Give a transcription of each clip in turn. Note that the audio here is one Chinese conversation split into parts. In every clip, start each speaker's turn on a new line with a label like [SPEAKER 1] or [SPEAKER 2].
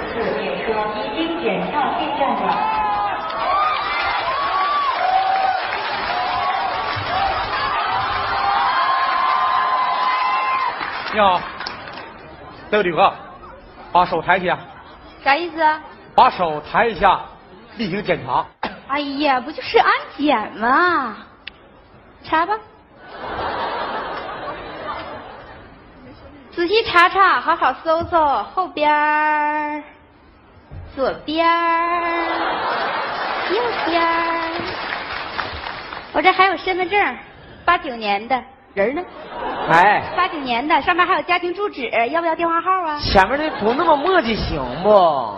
[SPEAKER 1] 和宜宾检票进站的。
[SPEAKER 2] 你好，这位旅客，啊把手抬起来，啊
[SPEAKER 3] 啥意思啊？
[SPEAKER 2] 把手抬一下，例行检查。
[SPEAKER 3] 哎呀，不就是安检吗？查吧，仔细查查，好好搜搜，后边儿、左边儿、右边儿。我这还有身份证，八九年的人儿呢？
[SPEAKER 4] 哎，
[SPEAKER 3] 八九年的，上面还有家庭住址，要不要电话号啊？
[SPEAKER 4] 前面那不那么磨叽行
[SPEAKER 2] 啊
[SPEAKER 4] 不？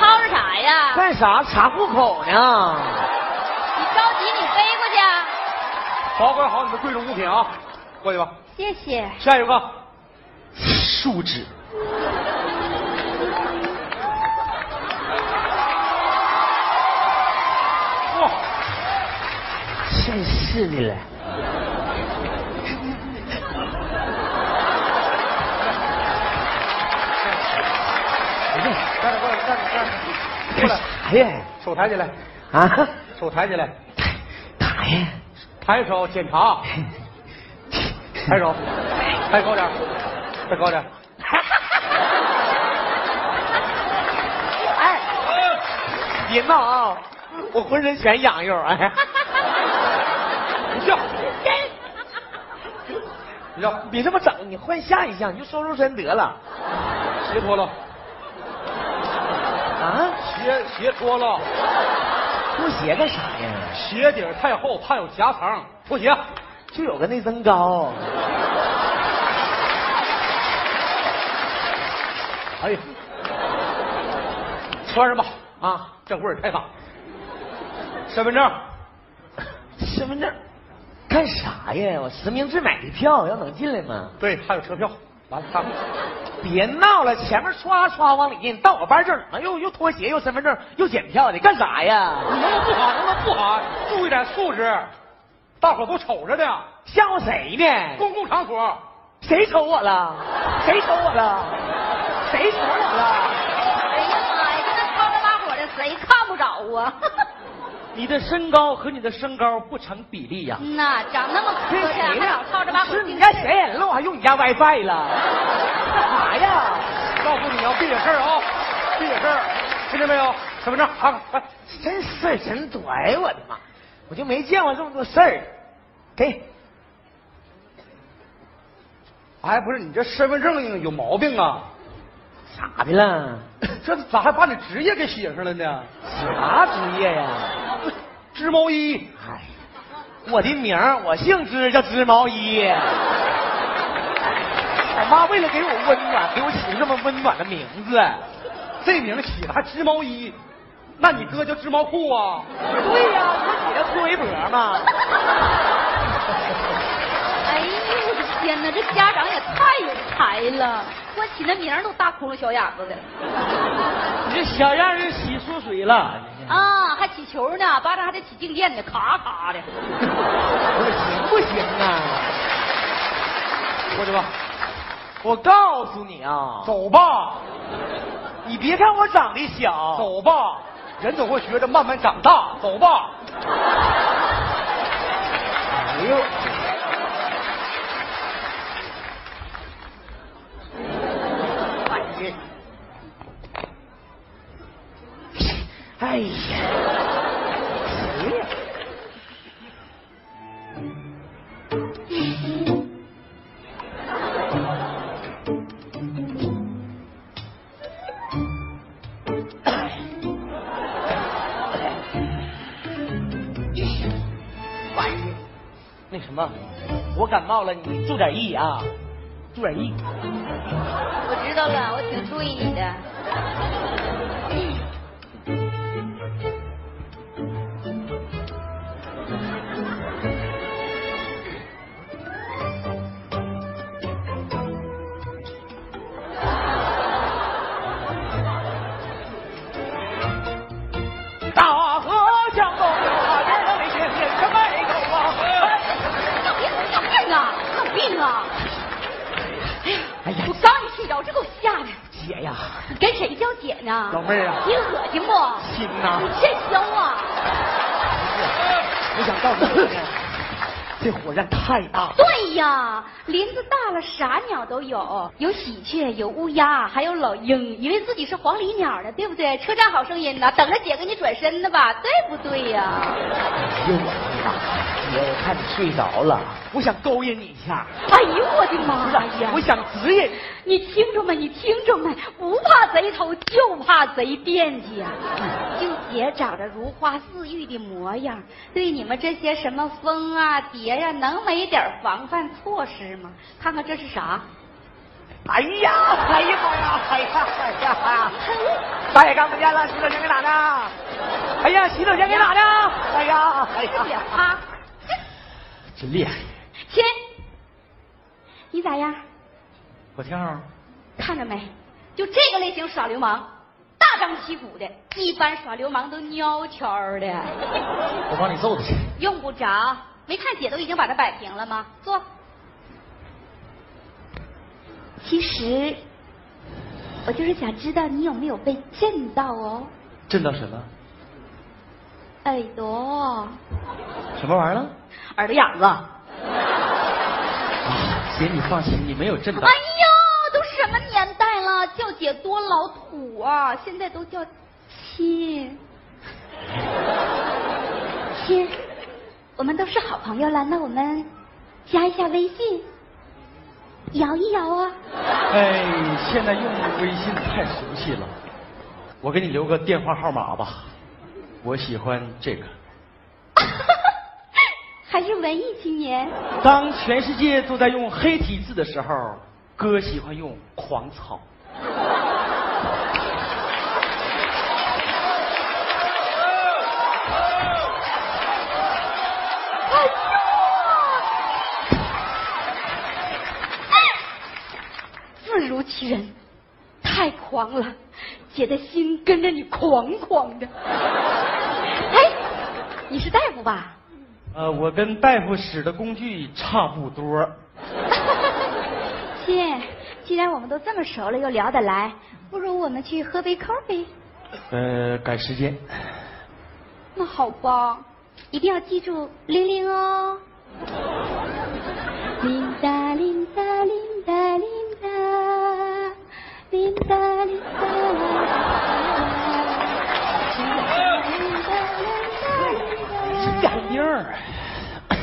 [SPEAKER 3] 吵吵啥呀
[SPEAKER 4] 干啥查户口呢？
[SPEAKER 3] 你着急你飞过去啊！
[SPEAKER 2] 保管好你的贵重物品啊，过去吧。
[SPEAKER 3] 谢谢。
[SPEAKER 2] 下一个，树脂。哇，
[SPEAKER 4] 真是的了，哎
[SPEAKER 2] 站着过来，站着站着，过
[SPEAKER 4] 干
[SPEAKER 2] 来，
[SPEAKER 4] 啥呀？
[SPEAKER 2] 手抬起来，
[SPEAKER 4] 哎啊？
[SPEAKER 2] 手抬起来，
[SPEAKER 4] 啥呀？
[SPEAKER 2] 抬手检查，抬手，抬高点儿，再高点儿。
[SPEAKER 3] 哎，
[SPEAKER 4] 别闹啊！我浑身全痒痒，哎，
[SPEAKER 2] 你笑，你笑，
[SPEAKER 4] 别这么整，你换下一项，你就收收身得了
[SPEAKER 2] 鞋脱了，
[SPEAKER 4] 啊！
[SPEAKER 2] 鞋鞋脱了，
[SPEAKER 4] 拖鞋干啥呀？
[SPEAKER 2] 鞋底儿太厚，怕有夹层，脱鞋。
[SPEAKER 4] 就有个内增高，
[SPEAKER 2] 哎呀，穿上吧，
[SPEAKER 4] 啊，
[SPEAKER 2] 这味儿太大。身份证，
[SPEAKER 4] 身份证干啥呀？我实名制买的票，要能进来吗？
[SPEAKER 2] 对，还有车票。完了，看看，
[SPEAKER 4] 别闹了，前面刷刷往里进，到我班这儿怎么又又拖鞋又身份证又检票的，干啥呀？
[SPEAKER 2] 你能不能不喊？能不能不喊？注意点素质，大伙儿都瞅着呢。
[SPEAKER 4] 吓唬谁呢？
[SPEAKER 2] 公共场所，
[SPEAKER 4] 谁瞅我了？谁瞅我了？谁瞅我了？
[SPEAKER 3] 哎呀妈呀，这那吵着把火的谁看不着啊？
[SPEAKER 5] 你的身高和你的身高不成比例呀、
[SPEAKER 3] 嗯呐，长那么磕
[SPEAKER 4] 这
[SPEAKER 3] 碜，还
[SPEAKER 4] 谁
[SPEAKER 3] 老
[SPEAKER 4] 呀？
[SPEAKER 3] 吵着把火
[SPEAKER 4] 是
[SPEAKER 3] 的。
[SPEAKER 4] 你家显眼了，我还用你家 WiFi 了？干啥呀？
[SPEAKER 2] 告诉你要别惹事儿啊，别惹事儿，听见没有？身份证，看看，来，
[SPEAKER 4] 真事儿真多！哎呦我的妈，我就没见过这么多事儿。给，
[SPEAKER 2] 哎，不是你这身份证有毛病啊？
[SPEAKER 4] 咋的了？
[SPEAKER 2] 这咋还把你职业给写上了呢？
[SPEAKER 4] 啥职业呀？
[SPEAKER 2] 织毛衣，
[SPEAKER 4] 哎，我的名儿我姓织，叫织毛衣。我妈为了给我温暖，给我起个这么温暖的名字。
[SPEAKER 2] 这名起的还织毛衣，那你哥叫织毛裤啊？
[SPEAKER 4] 对呀、我姐叫拖围脖嘛。
[SPEAKER 3] 哎呦我的天哪，这家长也太有才了！我起那名儿都大窟窿小眼子的
[SPEAKER 5] 你这小样儿就洗缩水了。
[SPEAKER 4] 嗯
[SPEAKER 3] 啊，还起球呢，巴掌还得起静电呢，咔咔的。
[SPEAKER 4] 我说行不行啊？
[SPEAKER 2] 过去吧，
[SPEAKER 4] 我告诉你啊，
[SPEAKER 2] 走吧，
[SPEAKER 4] 你别看我长得小，
[SPEAKER 2] 走吧，人总会学着慢慢长大。走吧，
[SPEAKER 4] 哎呦，哎呀，谁呀？那什么，我感冒了，你注点意啊，注点意。
[SPEAKER 3] 我知道了，我挺注意你的。
[SPEAKER 4] 大河向东流啊，人儿为学写成爱狗啊。
[SPEAKER 3] 有病有病啊！
[SPEAKER 2] 哎
[SPEAKER 3] 有病啊！哎呀，我刚一睡着，这给我吓的。
[SPEAKER 4] 姐呀，
[SPEAKER 3] 跟谁叫姐呢？
[SPEAKER 2] 老妹儿啊
[SPEAKER 3] 你恶心不？
[SPEAKER 2] 心呐
[SPEAKER 3] 你欠削啊！
[SPEAKER 2] 我想告诉你，这火山太大了。
[SPEAKER 3] 对呀，林子大了，啥鸟都有，有喜鹊，有乌鸦，还有老鹰。以为自己是黄鹂鸟呢，对不对？车站好声音呢，等着姐给你转身呢吧，对不对呀？
[SPEAKER 2] 又怎么了？姐，我看你睡着了，我想勾引你一下。
[SPEAKER 3] 哎呦我的妈呀！
[SPEAKER 2] 我想指引
[SPEAKER 3] 你听着没？你听着没？不怕贼偷，就怕贼惦记啊！就姐长着如花似玉的模样，对你们这些什么风啊、蝶呀、能没点防范措施吗？看看这是啥？
[SPEAKER 2] 哎呀，哎呀妈呀，哎呀，哎呀！大爷看不见了，洗手间给哪呢？哎呀，洗手间给哪呢？哎呀，哎
[SPEAKER 3] 这
[SPEAKER 2] 呀，
[SPEAKER 3] 啊，
[SPEAKER 2] 真厉害！
[SPEAKER 3] 亲，你咋样？
[SPEAKER 2] 我听着，
[SPEAKER 3] 看着没？就这个类型耍流氓，大张旗鼓的，一般耍流氓都蔫悄的，
[SPEAKER 2] 我帮你揍他去。
[SPEAKER 3] 用不着。没看姐都已经把它摆平了吗？坐。其实，我就是想知道你有没有被震到哦，
[SPEAKER 2] 震到什么？
[SPEAKER 3] 耳朵、
[SPEAKER 2] 什么玩意儿了？
[SPEAKER 3] 耳朵啊眼子。
[SPEAKER 2] 姐，你放心，你没有震
[SPEAKER 3] 哎呀，都什么年代了，叫姐多老土啊！现在都叫亲，亲，我们都是好朋友了，那我们加一下微信，摇一摇啊！
[SPEAKER 2] 哎，现在用微信太熟悉了，我给你留个电话号码吧。我喜欢这个。
[SPEAKER 3] 还是文艺青年，
[SPEAKER 5] 当全世界都在用黑体字的时候，哥喜欢用狂草。
[SPEAKER 3] 字如其人，太狂了，姐的心跟着你狂狂的。哎，你是大夫吧？
[SPEAKER 5] 呃，我跟大夫使的工具差不多。
[SPEAKER 3] 亲，既然我们都这么熟了，又聊得来，不如我们去喝杯 coffee。
[SPEAKER 5] 呃，赶时间。
[SPEAKER 3] 那好吧，一定要记住玲玲哦。铃哒铃哒铃哒铃哒，铃哒铃哒铃哒铃哒铃哒。
[SPEAKER 5] 眼镜儿，
[SPEAKER 2] 哎呀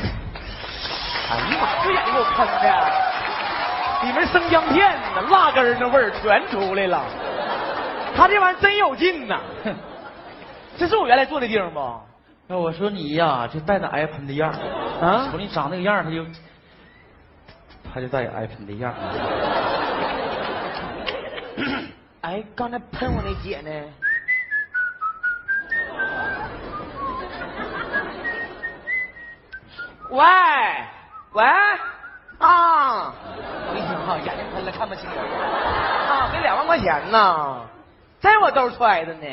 [SPEAKER 5] 啊
[SPEAKER 2] 妈，这眼睛给我喷的，里面生姜片呢，辣根儿那味儿全出来了。他这玩意儿真有劲呐！哼这是我原来坐的地方不？
[SPEAKER 5] 那我说你呀、就带那挨喷的样儿
[SPEAKER 2] 啊
[SPEAKER 5] 瞅你长那个样儿，他就他就带有挨喷的样儿。
[SPEAKER 4] 哎，刚才喷我那姐呢？喂喂啊！我一听哈，眼睛喷了，看不清了啊，没两万块钱呢，在我兜揣着呢。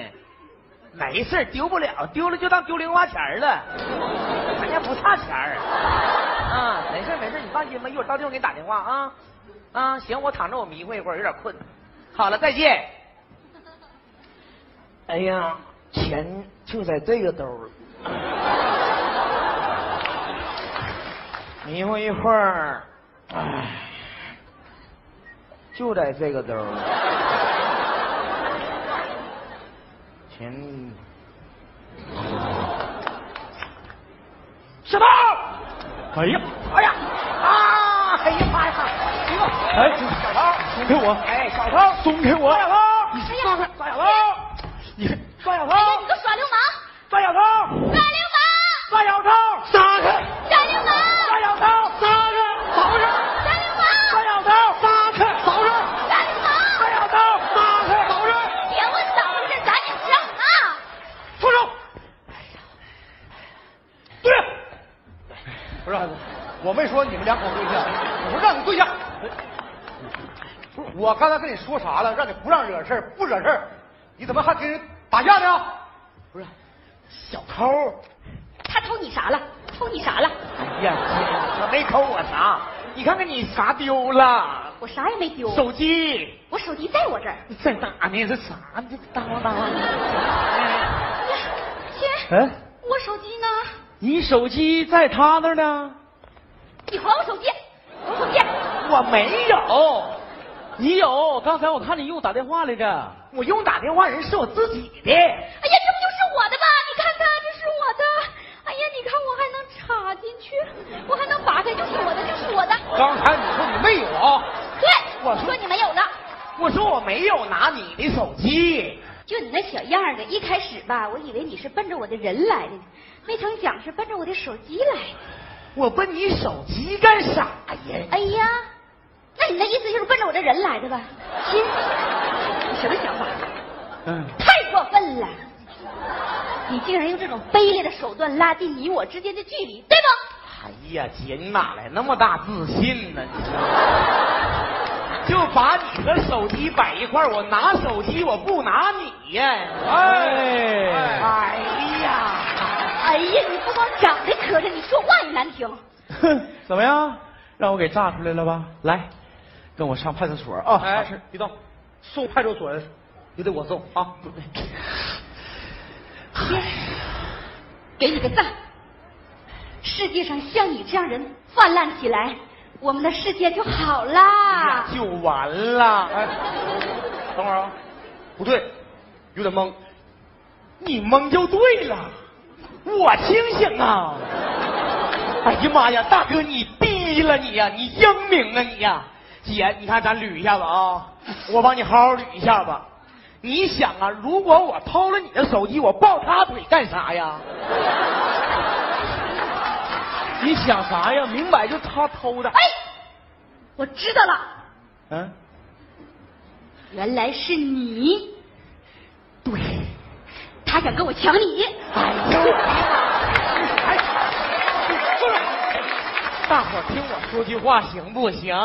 [SPEAKER 4] 没事儿丢不了，丢了就当丢零花钱儿了，咱家不差钱儿。啊，没事儿没事儿，你放心吧，一会儿到地方给你打电话啊。啊，行，我躺着我迷糊一会儿，有点困。好了，再见。哎呀，钱就在这个兜儿了。迷糊一会儿，唉，就在这个兜儿 了。钱，小偷！
[SPEAKER 5] 哎呀，
[SPEAKER 4] 哎呀，啊！哎呀妈呀！哎呦，
[SPEAKER 5] 哎，
[SPEAKER 4] 小偷！
[SPEAKER 5] 松开我！
[SPEAKER 4] 哎，小偷！
[SPEAKER 5] 松开我！
[SPEAKER 4] 小偷！
[SPEAKER 3] 哎呀，
[SPEAKER 4] 抓小偷！
[SPEAKER 5] 你看
[SPEAKER 4] 抓小偷！
[SPEAKER 3] 你个耍流氓！
[SPEAKER 4] 抓小偷！
[SPEAKER 3] 耍
[SPEAKER 4] 抓
[SPEAKER 3] 流
[SPEAKER 4] 小偷！
[SPEAKER 5] 杀他！
[SPEAKER 3] 氓！耍流
[SPEAKER 4] 抓小偷！
[SPEAKER 3] 氓！
[SPEAKER 5] 杀他！
[SPEAKER 4] 走着！
[SPEAKER 3] 耍流氓！
[SPEAKER 4] 抓小偷！
[SPEAKER 5] 杀
[SPEAKER 3] 哎
[SPEAKER 5] 他！走着！
[SPEAKER 3] 耍流氓！
[SPEAKER 4] 抓小偷！
[SPEAKER 5] 杀他！走着！
[SPEAKER 3] 别问嗓子事，咱也不让啊！
[SPEAKER 5] 住手！对，
[SPEAKER 2] 不是，我没说你们两口对象，我说让你对象。不是，我刚才跟你说啥了？让你不让惹事儿，不惹事儿，你怎么还跟人打架呢？
[SPEAKER 4] 啊
[SPEAKER 2] 不是，小偷，
[SPEAKER 3] 他偷你啥了？偷你啥了？
[SPEAKER 4] 哎呀，他没抠我啥，你看看你啥丢了？
[SPEAKER 3] 我啥也没丢，
[SPEAKER 4] 手机
[SPEAKER 3] 我手机在我这儿。
[SPEAKER 4] 在哪呢？这啥呢？这当啷当啷。哎
[SPEAKER 3] 去，
[SPEAKER 5] 哎，
[SPEAKER 3] 我手机呢？
[SPEAKER 5] 你手机在他那儿呢，
[SPEAKER 3] 你还我手机，我手机。哎
[SPEAKER 4] 我没有，
[SPEAKER 2] 哦
[SPEAKER 5] 你有？刚才我看你又打电话来着。
[SPEAKER 4] 我用打电话人是我自己的。
[SPEAKER 3] 哎呀，这不就是我的吗？你看看，这是我的。哎呀，你看我还能插进去，我还能拔开，就是我的，就是我的。
[SPEAKER 2] 刚才你说你没有啊？
[SPEAKER 3] 对，我说你没有了，
[SPEAKER 4] 我说我没有拿你的手机，
[SPEAKER 3] 就你那小样儿的，一开始吧，我以为你是奔着我的人来的，没成想是奔着我的手机来的。
[SPEAKER 4] 我奔你手机干啥呀？
[SPEAKER 3] 哎呀，那你那意思就是奔着我这人来的吧？亲，你什么想法？
[SPEAKER 5] 嗯，
[SPEAKER 3] 太过分了！你竟然用这种卑劣的手段拉近你我之间的距离，对吗？
[SPEAKER 4] 哎呀，姐，你哪来那么大自信呢？你就把你和手机摆一块儿，我拿手机，我不拿你呀！
[SPEAKER 5] 哎
[SPEAKER 4] 哎呀，
[SPEAKER 3] 哎呀，你不光长得磕碜，你说话也难听。
[SPEAKER 5] 哼， 怎么样？让我给炸出来了吧？来，跟我上派出所啊！啥事
[SPEAKER 2] 哎，别动，送派出所也得我送啊。
[SPEAKER 3] 给你个赞！世界上像你这样人泛滥起来，我们的世界就好啦。
[SPEAKER 4] 就完
[SPEAKER 5] 啊
[SPEAKER 4] 了。
[SPEAKER 2] 哎，等会儿啊，不对，有点懵。
[SPEAKER 4] 你蒙就对了，我清醒啊！哎呀妈呀，大哥你低了你呀、你英明啊你呀、姐，你看咱捋一下子啊，我帮你好好捋一下吧。你想啊，如果我偷了你的手机，我抱他腿干啥呀？
[SPEAKER 5] 你想啥呀？明摆就他偷的。
[SPEAKER 3] 哎，我知道了，
[SPEAKER 5] 嗯，
[SPEAKER 3] 原来是你，
[SPEAKER 4] 对，
[SPEAKER 3] 他想跟我抢你。
[SPEAKER 4] 哎呦我的妈！哎，住手！大伙儿听我说句话行不行？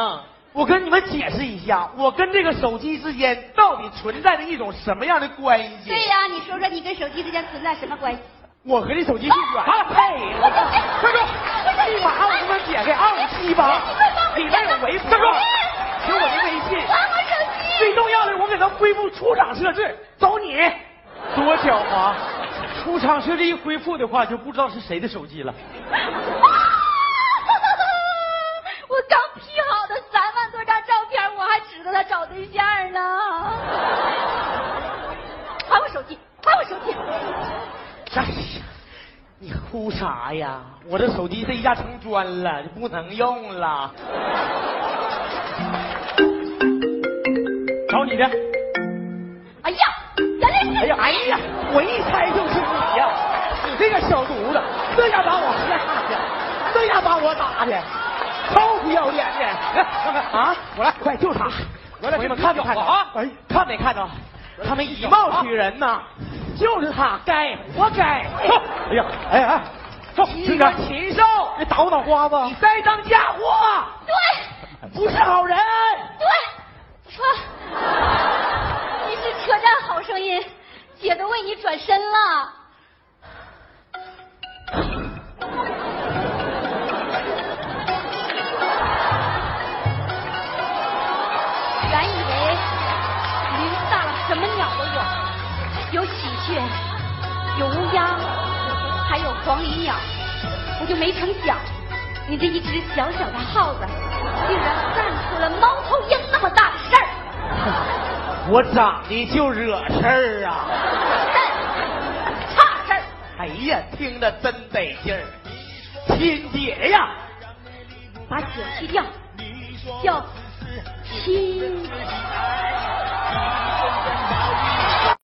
[SPEAKER 4] 我跟你们解释一下，啊我跟这个手机之间到底存在着一种什么样的关系？
[SPEAKER 3] 对呀、你说说你跟手机之间存在什么关系？
[SPEAKER 4] 我和这手机是远
[SPEAKER 3] 啊
[SPEAKER 4] 配
[SPEAKER 3] 我这哎
[SPEAKER 4] 快住！
[SPEAKER 3] 不是
[SPEAKER 4] 立马我他妈解开二五七八
[SPEAKER 3] 你快放，我
[SPEAKER 4] 里面有微博，
[SPEAKER 3] 站住
[SPEAKER 4] 有我的微信
[SPEAKER 3] 还，我手机！
[SPEAKER 4] 最重要的是我给他恢复出厂设置，走你！
[SPEAKER 5] 多狡猾！出厂设置一恢复的话，就不知道是谁的手机了。
[SPEAKER 3] 我刚 P 好的三万多张照片，我还指着他找对象呢。还我手机，还我手机！
[SPEAKER 4] 哎呀，你哭啥呀？我这手机这一下成砖了，就不能用了。
[SPEAKER 5] 找你的，
[SPEAKER 3] 哎呀，咱俩是
[SPEAKER 4] 哎呀，哎呀，我一猜就是你呀！你这个小犊子，这下把我吓的，这下把我打的，臭不要脸的！啊，我来，快救他！
[SPEAKER 2] 我来
[SPEAKER 4] 你们
[SPEAKER 2] 去
[SPEAKER 4] 看没看着
[SPEAKER 2] 救他啊
[SPEAKER 4] 哎，看没看着？他们以貌取人呐，就是他，该活该！
[SPEAKER 2] 走，哎呀，哎哎，走，
[SPEAKER 4] 你
[SPEAKER 2] 听
[SPEAKER 4] 个
[SPEAKER 2] 着，
[SPEAKER 4] 禽兽！
[SPEAKER 2] 你打我脑瓜子哎
[SPEAKER 4] 你！栽赃嫁祸，
[SPEAKER 3] 对
[SPEAKER 4] 不是好人！
[SPEAKER 3] 对，你说你是车站好声音，姐都为你转身了。原以为林子大了什么鸟都有，有喜鹊，有乌鸦，还有黄鹂鸟，我就没成想，你这一只小小的耗子，竟然干出了猫头鹰那么大的事儿。
[SPEAKER 4] 我长得就惹事儿啊！
[SPEAKER 3] 差事儿，
[SPEAKER 4] 哎呀，听着真得劲儿，
[SPEAKER 2] 哎
[SPEAKER 4] 亲姐呀！
[SPEAKER 3] 把姐去掉，叫